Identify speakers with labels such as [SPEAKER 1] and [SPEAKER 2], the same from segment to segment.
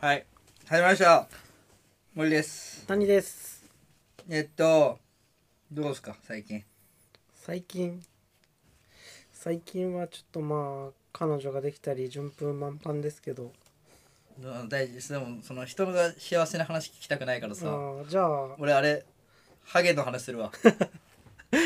[SPEAKER 1] はい始まりました森です
[SPEAKER 2] 谷です
[SPEAKER 1] えっとどうですか最近
[SPEAKER 2] 最近最近はちょっとまあ彼女ができたり順風満帆ですけど
[SPEAKER 1] うん大事ですでもその人が幸せな話聞きたくないから
[SPEAKER 2] あ
[SPEAKER 1] さ
[SPEAKER 2] ーじゃあお
[SPEAKER 1] 俺あれハゲの話する わ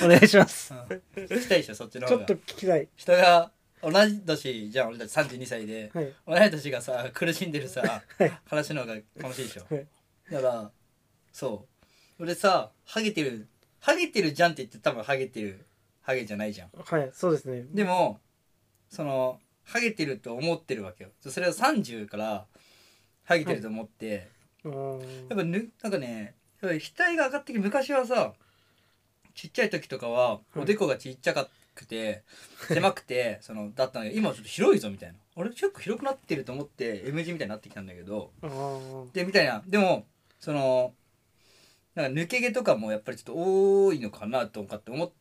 [SPEAKER 2] 願いします
[SPEAKER 1] 聞きたいでしょそっちの
[SPEAKER 2] ち
[SPEAKER 1] 方
[SPEAKER 2] ょっ
[SPEAKER 1] が
[SPEAKER 2] と聞きたい
[SPEAKER 1] 人が同じ年じゃあ俺たち32歳で
[SPEAKER 2] はい
[SPEAKER 1] 同じ年がさ苦しんでるさ
[SPEAKER 2] はい
[SPEAKER 1] 話の方が楽しいでしょ
[SPEAKER 2] はい
[SPEAKER 1] だからそう俺さハゲてるハゲてるじゃんって言って多分ハゲてるハゲじゃないじゃん
[SPEAKER 2] はいそうですね
[SPEAKER 1] でもそのハゲてると思ってるわけよそれを30からハゲてると思って、
[SPEAKER 2] あー
[SPEAKER 1] やっぱぬなんかねやっぱ額が上がってきて昔はさちっちゃい時とかは
[SPEAKER 2] うん
[SPEAKER 1] おでこがちっちゃかくて、狭くてそのだったんだけど今はちょっと広いぞみたいな俺結構広くなってると思って M 字みたいになってきたんだけど
[SPEAKER 2] あー
[SPEAKER 1] でみたいなでもそのなんか抜け毛とかもやっぱりちょっと多いのかなとかって思っ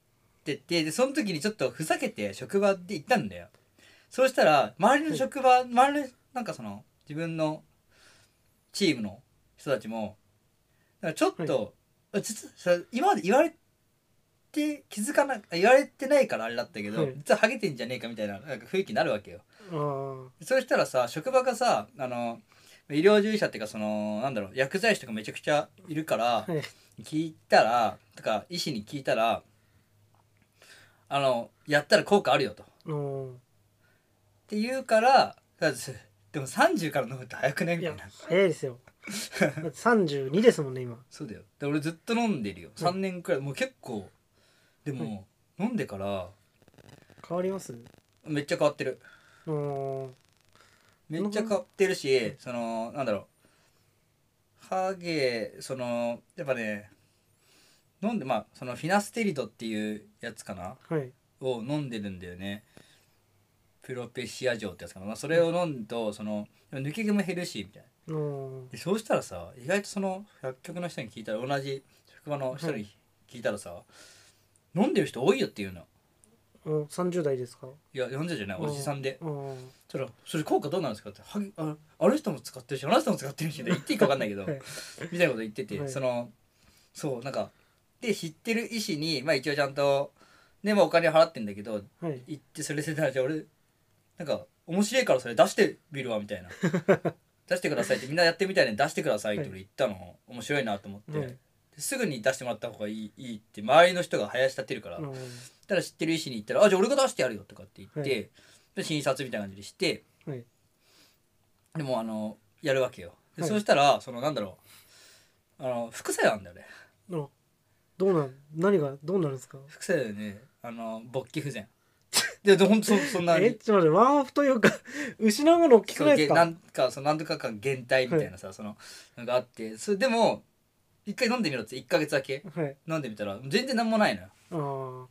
[SPEAKER 1] ててでその時にちょっとふざけて職場で行ったんだよそうしたら周りの職場周りのなんかその自分のチームの人たちもなんかちょっと、あ実はそれ今まで言われて気づかな言われてないからあれだったけど、
[SPEAKER 2] はい
[SPEAKER 1] 実はハゲてんじゃねえかみたいななんか雰囲気になるわけよ
[SPEAKER 2] あー
[SPEAKER 1] そうしたらさ職場がさあの医療従事者っていうかそのなんだろう薬剤師とかめちゃくちゃいるから
[SPEAKER 2] はい
[SPEAKER 1] 聞いたらとか医師に聞いたらあのやったら効果あるよとっ
[SPEAKER 2] あー
[SPEAKER 1] て言うからだってでも30から飲むって早くない
[SPEAKER 2] い
[SPEAKER 1] みた
[SPEAKER 2] や
[SPEAKER 1] いな
[SPEAKER 2] 早いですよだって32ですもんね今
[SPEAKER 1] そうだよで俺ずっと飲んでるよ3年くらいもう結構で
[SPEAKER 2] は
[SPEAKER 1] も飲んでから
[SPEAKER 2] 変わります
[SPEAKER 1] めっちゃ変わってる
[SPEAKER 2] あー
[SPEAKER 1] めっちゃ変わってるしそのなんだろうハゲそのやっぱね飲んでまあそのフィナステリドっていうやつかな
[SPEAKER 2] はい
[SPEAKER 1] を飲んでるんだよねプロペシア錠ってやつかな、まあ、それを飲むとその抜け毛も減るしみたいな
[SPEAKER 2] あー
[SPEAKER 1] でそうしたらさ意外とその薬局の人に聞いたら同じ職場の人
[SPEAKER 2] は
[SPEAKER 1] に聞いたらさ、飲んでる人多いよっていうの
[SPEAKER 2] あー30代ですか
[SPEAKER 1] いや40じゃないおじさんで
[SPEAKER 2] あー
[SPEAKER 1] それそれ効果どうなんですかってはぎああの人も使ってるしあの人も使ってる し言っていいか分かんないけど、
[SPEAKER 2] はい
[SPEAKER 1] みたいなこと言ってて、
[SPEAKER 2] はい
[SPEAKER 1] そのそうなんかで知ってる医師にまあ一応ちゃんとねまあお金払ってんだけど
[SPEAKER 2] はい
[SPEAKER 1] 行ってそれでたらじゃあ俺なんか面白いからそれ出してみるわみたい な出してくださいってみんなやってみたいね出してくださいって俺言ったの、面白いなと思って、
[SPEAKER 2] はい
[SPEAKER 1] ですぐに出してもらった方がいいいいって周りの人が林立てるから、
[SPEAKER 2] あー
[SPEAKER 1] たら知ってる医師に行ったら「あじゃあ俺が出してやるよ」とかって言って、
[SPEAKER 2] はい
[SPEAKER 1] で診察みたいな感じでして、
[SPEAKER 2] はい
[SPEAKER 1] でもあのやるわけよで、
[SPEAKER 2] はい
[SPEAKER 1] そうしたらそのなんだろうあの副作用なんだよね
[SPEAKER 2] あどうなん何がどうなるんですか
[SPEAKER 1] 副作用でねあの勃起不全 ででほんとそそんな
[SPEAKER 2] えちょっと待ってワンオフというか 失うもの大きく
[SPEAKER 1] そ
[SPEAKER 2] ない
[SPEAKER 1] の
[SPEAKER 2] です
[SPEAKER 1] げ
[SPEAKER 2] か
[SPEAKER 1] なんかその何とか間減退みたいなさ、そののがあってそれでも一回飲んでみろって1ヶ月だけ
[SPEAKER 2] はい
[SPEAKER 1] 飲んでみたら全然なんもないのよ
[SPEAKER 2] あー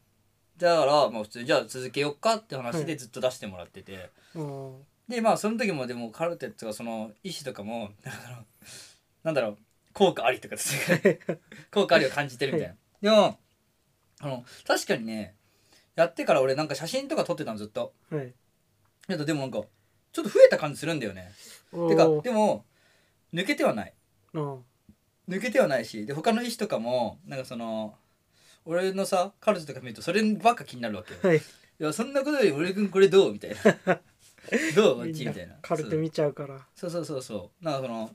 [SPEAKER 1] だからまあ普通にじゃあ続けよっかって話
[SPEAKER 2] は
[SPEAKER 1] で
[SPEAKER 2] い
[SPEAKER 1] ずっと出してもらってて、
[SPEAKER 2] あー
[SPEAKER 1] でまあその時もでもカルテットがその医師とかもあのなんだろう効果ありとかですね効果ありを感じてるみたいな。でもあの確かにねやってから俺なんか写真とか撮ってたのずっと。
[SPEAKER 2] はい
[SPEAKER 1] けどでもなんかちょっと増えた感じするんだよね。
[SPEAKER 2] お
[SPEAKER 1] てか
[SPEAKER 2] ー
[SPEAKER 1] でも抜けてはない
[SPEAKER 2] あー
[SPEAKER 1] 抜けてはないしで他の医師とかもなんかその俺のさ彼女とか見るとそればっか気になるわけよ。
[SPEAKER 2] はい
[SPEAKER 1] いやそんなことより俺君これどうみたいな。 どうう
[SPEAKER 2] み
[SPEAKER 1] ちみ
[SPEAKER 2] んな
[SPEAKER 1] たいな。
[SPEAKER 2] カルテ見ちゃうから
[SPEAKER 1] そうそうそうそうなんかその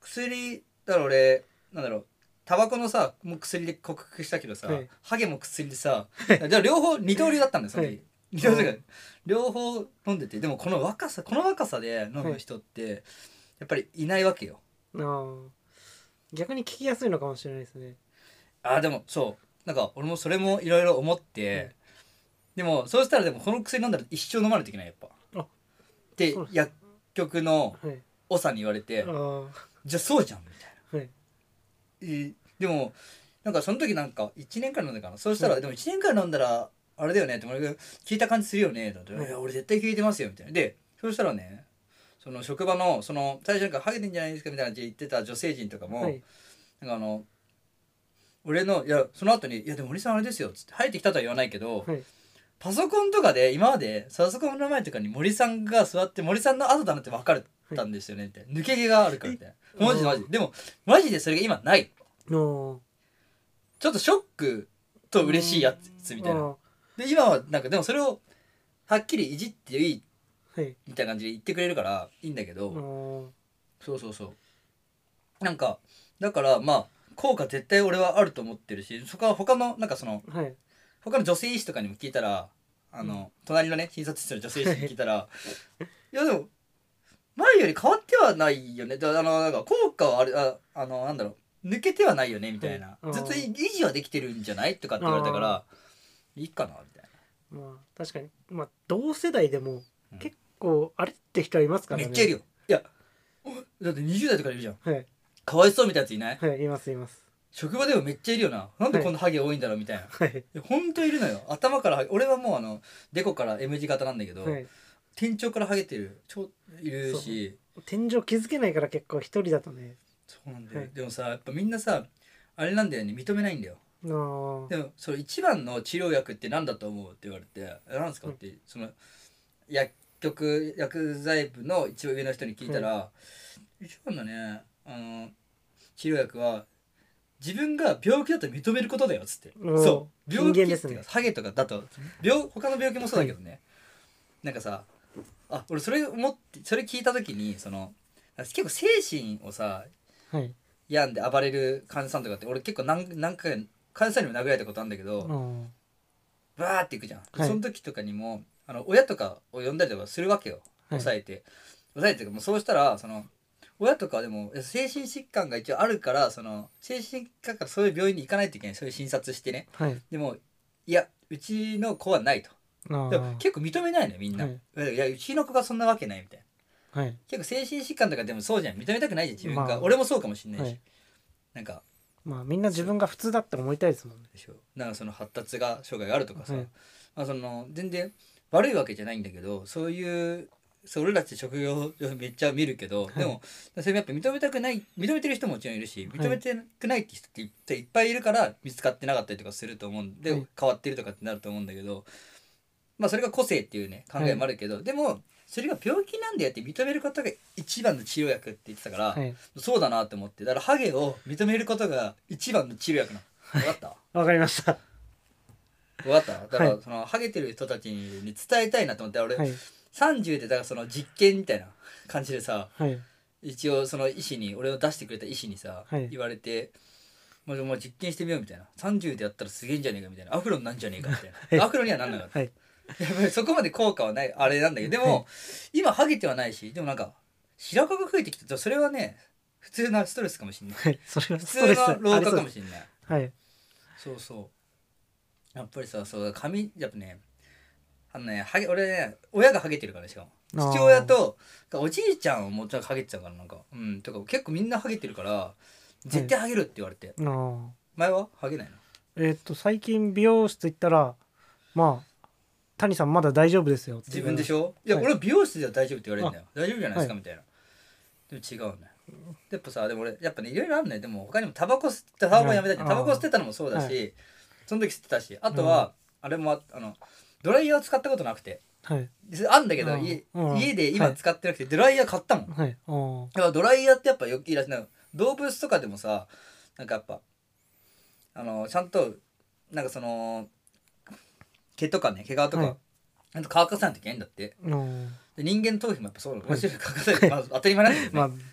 [SPEAKER 1] 薬だから俺なんだろうタバコのさもう薬で克服したけどさ、
[SPEAKER 2] はい
[SPEAKER 1] ハゲも薬でさじゃあ両方二刀流だったんだよその時、
[SPEAKER 2] はい
[SPEAKER 1] 二刀流だから両方飲んでてでもこの若さこの若さで飲む人って、やっぱりいないわけよ
[SPEAKER 2] あー逆に聞きやすいのかもしれないですね
[SPEAKER 1] あーでもそうなんか俺もそれもいろいろ思って、
[SPEAKER 2] はい
[SPEAKER 1] でもそうしたらでもこの薬飲んだら一生飲まないといけないやっぱ
[SPEAKER 2] あ
[SPEAKER 1] って
[SPEAKER 2] そうなん
[SPEAKER 1] 薬局の
[SPEAKER 2] はい
[SPEAKER 1] 長に言われて
[SPEAKER 2] ああは
[SPEAKER 1] じゃあそうじゃんみたいないえーでもなんかその時なんか1年間飲んだかなそうしたら、
[SPEAKER 2] うん
[SPEAKER 1] でも1年間飲んだらあれだよねって俺が聞いた感じするよねって言われて
[SPEAKER 2] うん
[SPEAKER 1] いや俺絶対聞いてますよみたいなでそうしたらねその職場のその最初なんかハゲてんじゃないですかみたいな感じで言ってた女性陣とかも、
[SPEAKER 2] はい
[SPEAKER 1] なんかあの俺のいやその後に「いやでも森さんあれですよ」っつって生えてきたとは言わないけど、
[SPEAKER 2] はい
[SPEAKER 1] パソコンとかで今までパソコンの前とかに森さんが座って森さんの後だなって分かるたんですよねみたいな抜け毛があるからみたいなマジでマジででもマジでそれが今ない
[SPEAKER 2] の
[SPEAKER 1] ちょっとショックと嬉しいやつみたいな
[SPEAKER 2] あ
[SPEAKER 1] で今はなんかでもそれをはっきりいじっていい
[SPEAKER 2] ーはい
[SPEAKER 1] みたいな感じで言ってくれるからいいんだけど、
[SPEAKER 2] あー
[SPEAKER 1] そうそうそうなんかだからまあ効果絶対俺はあると思ってるしそこは他のなんかその
[SPEAKER 2] はい
[SPEAKER 1] 他の女性医師とかにも聞いたらあの、
[SPEAKER 2] う
[SPEAKER 1] 隣のね診察室の女性医師に聞いた らいやでも前より変わってはないよねだあのなんか効果はあるああのなんだろう抜けてはないよねみたいな、
[SPEAKER 2] うん
[SPEAKER 1] ずっと維持はできてるんじゃないとかって言われたからいいかなみたい
[SPEAKER 2] まあ確かにまあ同世代でも
[SPEAKER 1] うん
[SPEAKER 2] 結構あれって人いますか
[SPEAKER 1] な
[SPEAKER 2] ら
[SPEAKER 1] めっ
[SPEAKER 2] ね
[SPEAKER 1] ちゃいるよいやだって20代とかいるじゃん
[SPEAKER 2] はい
[SPEAKER 1] かわいそうみたいなやついない
[SPEAKER 2] はいいますいます
[SPEAKER 1] 職場でもめっちゃいるよななんでこんなハゲ多いんだろうみたいな、
[SPEAKER 2] はい
[SPEAKER 1] いやほんといるのよ頭からハゲ俺はもうあのデコから M 字型なんだけど、
[SPEAKER 2] はい
[SPEAKER 1] 天井からハゲてるちょいるし
[SPEAKER 2] 天井気づけないから結構一人だとね
[SPEAKER 1] そうなんだよ、
[SPEAKER 2] はい
[SPEAKER 1] でもさやっぱみんなさあれなんだよね認めないんだよ
[SPEAKER 2] あー
[SPEAKER 1] でもそれ一番の治療薬って何だと思うって言われて「えなんですか?」って、その薬局薬剤部の一応上の人に聞いたら、一番のねあの治療薬は自分が病気だと認めることだよっつって
[SPEAKER 2] うん
[SPEAKER 1] そう病気
[SPEAKER 2] 人間です
[SPEAKER 1] っていう
[SPEAKER 2] ね
[SPEAKER 1] かハゲとかだと病他の病気もそうだけどね、なんかさあ俺それ思ってそれ聞いた時にその結構精神をさ
[SPEAKER 2] はい
[SPEAKER 1] 病んで暴れる患者さんとかって俺結構何何回か患者さんにも殴られたことあるんだけど、
[SPEAKER 2] あー
[SPEAKER 1] バーっていくじゃん、
[SPEAKER 2] はい
[SPEAKER 1] その時とかにもあの親とかを呼んだりとかするわけよ
[SPEAKER 2] はい
[SPEAKER 1] 抑えて、抑えてというかもうそうしたらその親とかはでもいや精神疾患が一応あるからその精神疾患からそういう病院に行かないといけないそういう診察してね
[SPEAKER 2] はい
[SPEAKER 1] でもいやうちの子はないと
[SPEAKER 2] あー
[SPEAKER 1] でも結構認めないのよみんな、
[SPEAKER 2] はい
[SPEAKER 1] い、やうちの子がそんなわけないみたいな
[SPEAKER 2] はい
[SPEAKER 1] 結構精神疾患とかでもそうじゃん認めたくないじゃん自分が、
[SPEAKER 2] まあ
[SPEAKER 1] 俺もそうかもしんないし、
[SPEAKER 2] はい
[SPEAKER 1] なんか
[SPEAKER 2] まあみんな自分が普通だって思いたいですもんね
[SPEAKER 1] でしょなんかその発達が障害があるとかさ、
[SPEAKER 2] はい
[SPEAKER 1] まあ、その全然悪いわけじゃないんだけどそういうそう俺らって職業めっちゃ見るけど、
[SPEAKER 2] い
[SPEAKER 1] でもそれもやっぱ認めたくない認めてる人ももちろんいるし
[SPEAKER 2] はい
[SPEAKER 1] 認めてくないって人っていっぱいいっぱいいるから見つかってなかったりとかすると思うんで、
[SPEAKER 2] はい
[SPEAKER 1] 変わってるとかってなると思うんだけど、まあ、それが個性っていうね考えもあるけど、でもそれが病気なんだよって認めることが一番の治療薬って言ってたから、
[SPEAKER 2] はい
[SPEAKER 1] そうだなって思ってだからハゲを認めることが一番の治療薬なの分かった
[SPEAKER 2] わかりました
[SPEAKER 1] 分かっただか
[SPEAKER 2] は
[SPEAKER 1] らその、ハゲてる人たちに伝えたいなと思って俺、
[SPEAKER 2] はい
[SPEAKER 1] 30でだからその実験みたいな感じでさ
[SPEAKER 2] はい
[SPEAKER 1] 一応その医師に俺を出してくれた医師にさ、
[SPEAKER 2] はい
[SPEAKER 1] 言われて「まあ、まあ実験してみよう」みたいな「30でやったらすげえんじゃねえか」みたいな「アフロになんじゃねえか」みたいな、アフロにはなんなかった
[SPEAKER 2] はい
[SPEAKER 1] やっぱりそこまで効果はないあれなんだけどでも、
[SPEAKER 2] はい
[SPEAKER 1] 今ハゲてはないしでもなんか白髪が増えてきてそれはね普通なストレスかもしんない
[SPEAKER 2] はいそれは
[SPEAKER 1] 普
[SPEAKER 2] ス
[SPEAKER 1] 通
[SPEAKER 2] トレス
[SPEAKER 1] の老化か
[SPEAKER 2] ありそう
[SPEAKER 1] も
[SPEAKER 2] で
[SPEAKER 1] しんない
[SPEAKER 2] すはい
[SPEAKER 1] そうそうやっぱりさそう髪やっぱねあのねハゲ俺ね親がハゲてるからねしかも
[SPEAKER 2] あー
[SPEAKER 1] 父親とおじいちゃんをもうちょっとハゲてたからなんかうんとか結構みんなハゲてるから絶対ハゲるって言われて、
[SPEAKER 2] あー
[SPEAKER 1] 前はハゲないの
[SPEAKER 2] えーっと最近美容室行ったらまあ谷さんまだ大丈夫ですよって
[SPEAKER 1] 自分でし
[SPEAKER 2] ょ
[SPEAKER 1] ょいや、
[SPEAKER 2] はい
[SPEAKER 1] 俺は美容室では大丈夫って言われるんだよ大丈夫じゃないですか、みたいなでも違うねやっぱさでも俺やっぱねいろいろあるねでも他にもタバコ吸ってタバコやめたいって
[SPEAKER 2] うん
[SPEAKER 1] タバコ吸ってたのもそうだし、
[SPEAKER 2] は
[SPEAKER 1] その時吸ってたしあとは、あれもああのドライヤーを使ったことなくて
[SPEAKER 2] はい
[SPEAKER 1] あんだけど、
[SPEAKER 2] うん
[SPEAKER 1] 家
[SPEAKER 2] うん
[SPEAKER 1] 家で今
[SPEAKER 2] はい
[SPEAKER 1] 使ってなくて、ドライヤー買ったもんだ
[SPEAKER 2] はいあー
[SPEAKER 1] からドライヤーってやっぱよくいいらしいな動物とかでもさなんかやっぱあのちゃんとなんかその毛とかね毛皮とか、
[SPEAKER 2] はい
[SPEAKER 1] ちゃんと乾かさないといけないんだって
[SPEAKER 2] あー
[SPEAKER 1] で人間頭皮もやっぱそうなのも
[SPEAKER 2] はい
[SPEAKER 1] ちろん乾かさないと、まあ、当たり前なんだけどね、
[SPEAKER 2] まあ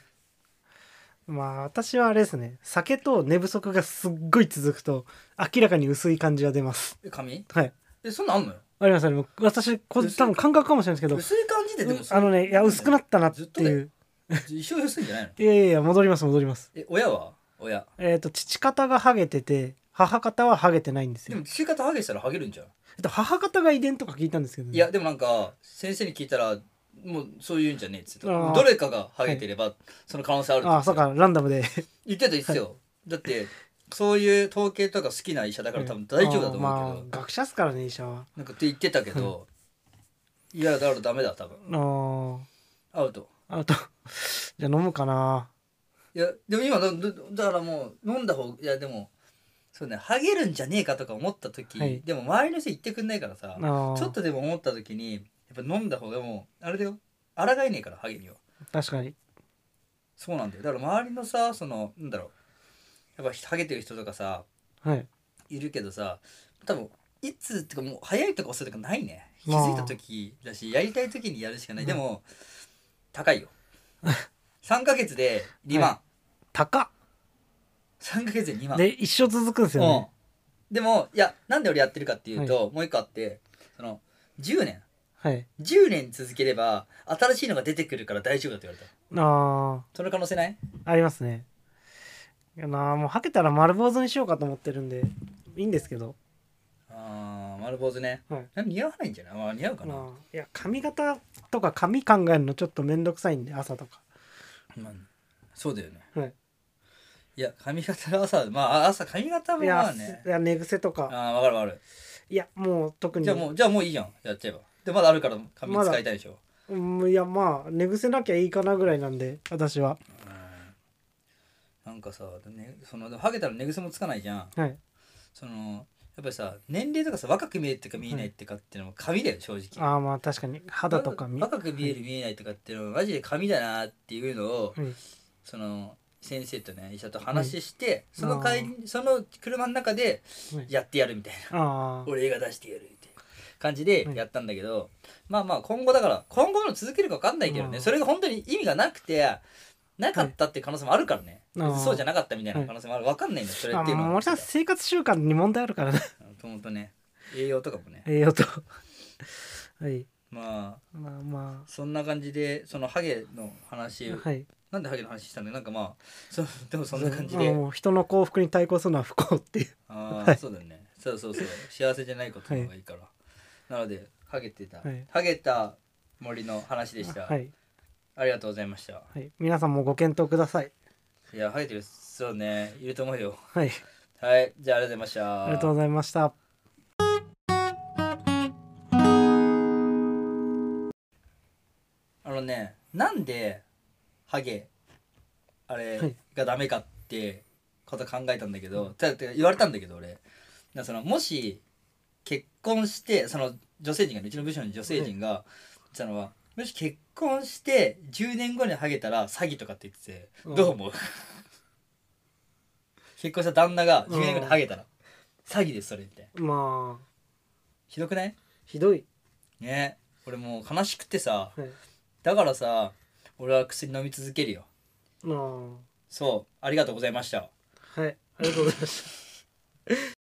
[SPEAKER 2] まあ私はあれですね酒と寝不足がすっごい続くと明らかに薄い感じが出ます
[SPEAKER 1] え髪
[SPEAKER 2] はい
[SPEAKER 1] えそんなんあんのよ
[SPEAKER 2] ありますあります私こ
[SPEAKER 1] 薄い
[SPEAKER 2] 多分感覚かもしれないです
[SPEAKER 1] 薄い感じで
[SPEAKER 2] け
[SPEAKER 1] で
[SPEAKER 2] ど
[SPEAKER 1] も
[SPEAKER 2] う
[SPEAKER 1] それ
[SPEAKER 2] あのねいや薄くなったなって
[SPEAKER 1] ずっとだ
[SPEAKER 2] い
[SPEAKER 1] よ
[SPEAKER 2] う
[SPEAKER 1] 一生薄いんじゃないの
[SPEAKER 2] いやいやいや戻ります戻ります
[SPEAKER 1] え親は親
[SPEAKER 2] えっ、と父方がハゲてて母方はハゲてないんです
[SPEAKER 1] で
[SPEAKER 2] よ
[SPEAKER 1] も父方ハゲしたらハゲるんじゃん
[SPEAKER 2] えっと母方が遺伝とか聞いたんですけど、ね、
[SPEAKER 1] いやでもなんか先生に聞いたらもうそういうんじゃねえっつって
[SPEAKER 2] あー
[SPEAKER 1] どれかがハゲてればその可能性あるって
[SPEAKER 2] ああそうかランダムで
[SPEAKER 1] 言ってた言ってたよ、だってそういう統計とか好きな医者だから多分大丈夫だと思うけど、
[SPEAKER 2] あーまあ、学者っすからね医者は
[SPEAKER 1] なんかって言ってたけど、いやだからダメだ多分
[SPEAKER 2] あー
[SPEAKER 1] アウト
[SPEAKER 2] あと じゃあ飲むかない
[SPEAKER 1] やでも今だだだからもう飲んだ方いやでもそうねハゲるんじゃねえかとか思った時、
[SPEAKER 2] はい
[SPEAKER 1] でも周りの人言ってくんないからさ
[SPEAKER 2] あー
[SPEAKER 1] ちょっとでも思った時にやっぱ飲んだ方がもうあれだよ抗えねえからハゲには
[SPEAKER 2] 確かに
[SPEAKER 1] そうなんだよだから周りのさそのなんだろうやっぱハゲてる人とかさ
[SPEAKER 2] はい
[SPEAKER 1] いるけどさ多分いつってかもう早いとか遅いとかないね気
[SPEAKER 2] まあ
[SPEAKER 1] づいた時だしやりたい時にやるしかない、でも高い よ3ヶ月で2万、
[SPEAKER 2] は高っ
[SPEAKER 1] 3ヶ月で2万
[SPEAKER 2] で一生続くんですよね
[SPEAKER 1] うん、でもいやなんで俺やってるかっていうと、もう一個あってその10年
[SPEAKER 2] はい
[SPEAKER 1] 10年続ければ新しいのが出てくるから大丈夫だって言われた
[SPEAKER 2] あ
[SPEAKER 1] その可能性ない
[SPEAKER 2] ーありますねいやなあもうはけたら丸坊主にしようかと思ってるんでいいんですけど
[SPEAKER 1] あー丸坊主ね
[SPEAKER 2] はい
[SPEAKER 1] なんか似合わないんじゃない、まあ、似合うかな、
[SPEAKER 2] まあいや髪型とか髪考えるのちょっとめんどくさいんで朝とか
[SPEAKER 1] まあそうだよね
[SPEAKER 2] はい
[SPEAKER 1] いや髪型の朝まあ朝髪型も
[SPEAKER 2] い
[SPEAKER 1] まあ
[SPEAKER 2] や,、
[SPEAKER 1] ね
[SPEAKER 2] いや寝癖とか
[SPEAKER 1] ああ分かる分か
[SPEAKER 2] いやもう特
[SPEAKER 1] る
[SPEAKER 2] に
[SPEAKER 1] じゃあもうじゃあもういいやんやっちゃえばでまだあるから髪
[SPEAKER 2] まだ
[SPEAKER 1] 使いたいでしょ、
[SPEAKER 2] うんいやまあ寝癖なきゃいいかなぐらいなんで私は
[SPEAKER 1] うんなんかさ、ね、そのでもハゲたら寝癖もつかないじゃん
[SPEAKER 2] はい
[SPEAKER 1] そのやっぱりさ年齢とかさ若く見えるとか見えないとかっていうのも髪だよ正直
[SPEAKER 2] ああまあ確かに肌とか見
[SPEAKER 1] 若く見える見えないとかっていうのはマジで髪だなっていうのを、
[SPEAKER 2] うん
[SPEAKER 1] その先生とね医者と話して、その帰りその車の中で
[SPEAKER 2] はい
[SPEAKER 1] やってやるみたいな
[SPEAKER 2] ああ
[SPEAKER 1] 俺映画出してやるみたいな感じで
[SPEAKER 2] はい
[SPEAKER 1] やったんだけど、まあまあ今後だから今後の続けるか分かんないけどね、
[SPEAKER 2] うん
[SPEAKER 1] それが本当に意味がなくてなかったっていう可能性もあるからね、
[SPEAKER 2] はい
[SPEAKER 1] 別にそうじゃなかったみたいな可能性もある分かんないんだよそれ
[SPEAKER 2] あ
[SPEAKER 1] っていう
[SPEAKER 2] もう
[SPEAKER 1] の
[SPEAKER 2] 森さん生活習慣に問題あるからね
[SPEAKER 1] 本当ね栄養とかもね
[SPEAKER 2] 栄養とはい
[SPEAKER 1] まあ
[SPEAKER 2] まあま
[SPEAKER 1] そんな感じでそのハゲの話
[SPEAKER 2] あはい
[SPEAKER 1] なんでハゲの話したんだよなんかまあそでもそんな感じ
[SPEAKER 2] あ
[SPEAKER 1] で
[SPEAKER 2] もう人の幸福に対抗するのは不幸っていう
[SPEAKER 1] ああ、
[SPEAKER 2] はい
[SPEAKER 1] そうだよねそうそうそう幸せじゃないことの方がいいから、なのでハゲてた、
[SPEAKER 2] はい
[SPEAKER 1] ハゲた森の話でした、
[SPEAKER 2] はい、
[SPEAKER 1] ありがとうございました
[SPEAKER 2] はい、皆さんもご検討ください
[SPEAKER 1] いやハゲてるそうねいると思うよ
[SPEAKER 2] はい
[SPEAKER 1] はいじゃあありがとうございました
[SPEAKER 2] ありがとうございました
[SPEAKER 1] あのねなんでハゲあ
[SPEAKER 2] は
[SPEAKER 1] れ
[SPEAKER 2] い
[SPEAKER 1] がダメかってこと考えたんだけど、だって言われたんだけど俺なそのもし結婚してその女性陣がねうちの部署の女性陣が、言ってたのはもし結婚して10年後にハゲたら詐欺とかって言ってて、
[SPEAKER 2] うん
[SPEAKER 1] どう思う 結婚した旦那が10年後にハゲたら、詐欺ですそれって
[SPEAKER 2] まあ
[SPEAKER 1] ひどくない
[SPEAKER 2] ひどい、
[SPEAKER 1] ね俺もう悲しくてさ
[SPEAKER 2] はい、
[SPEAKER 1] だからさ俺は薬飲み続けるよ
[SPEAKER 2] まあ
[SPEAKER 1] そう、ありがとうございました。
[SPEAKER 2] はいありがとうございました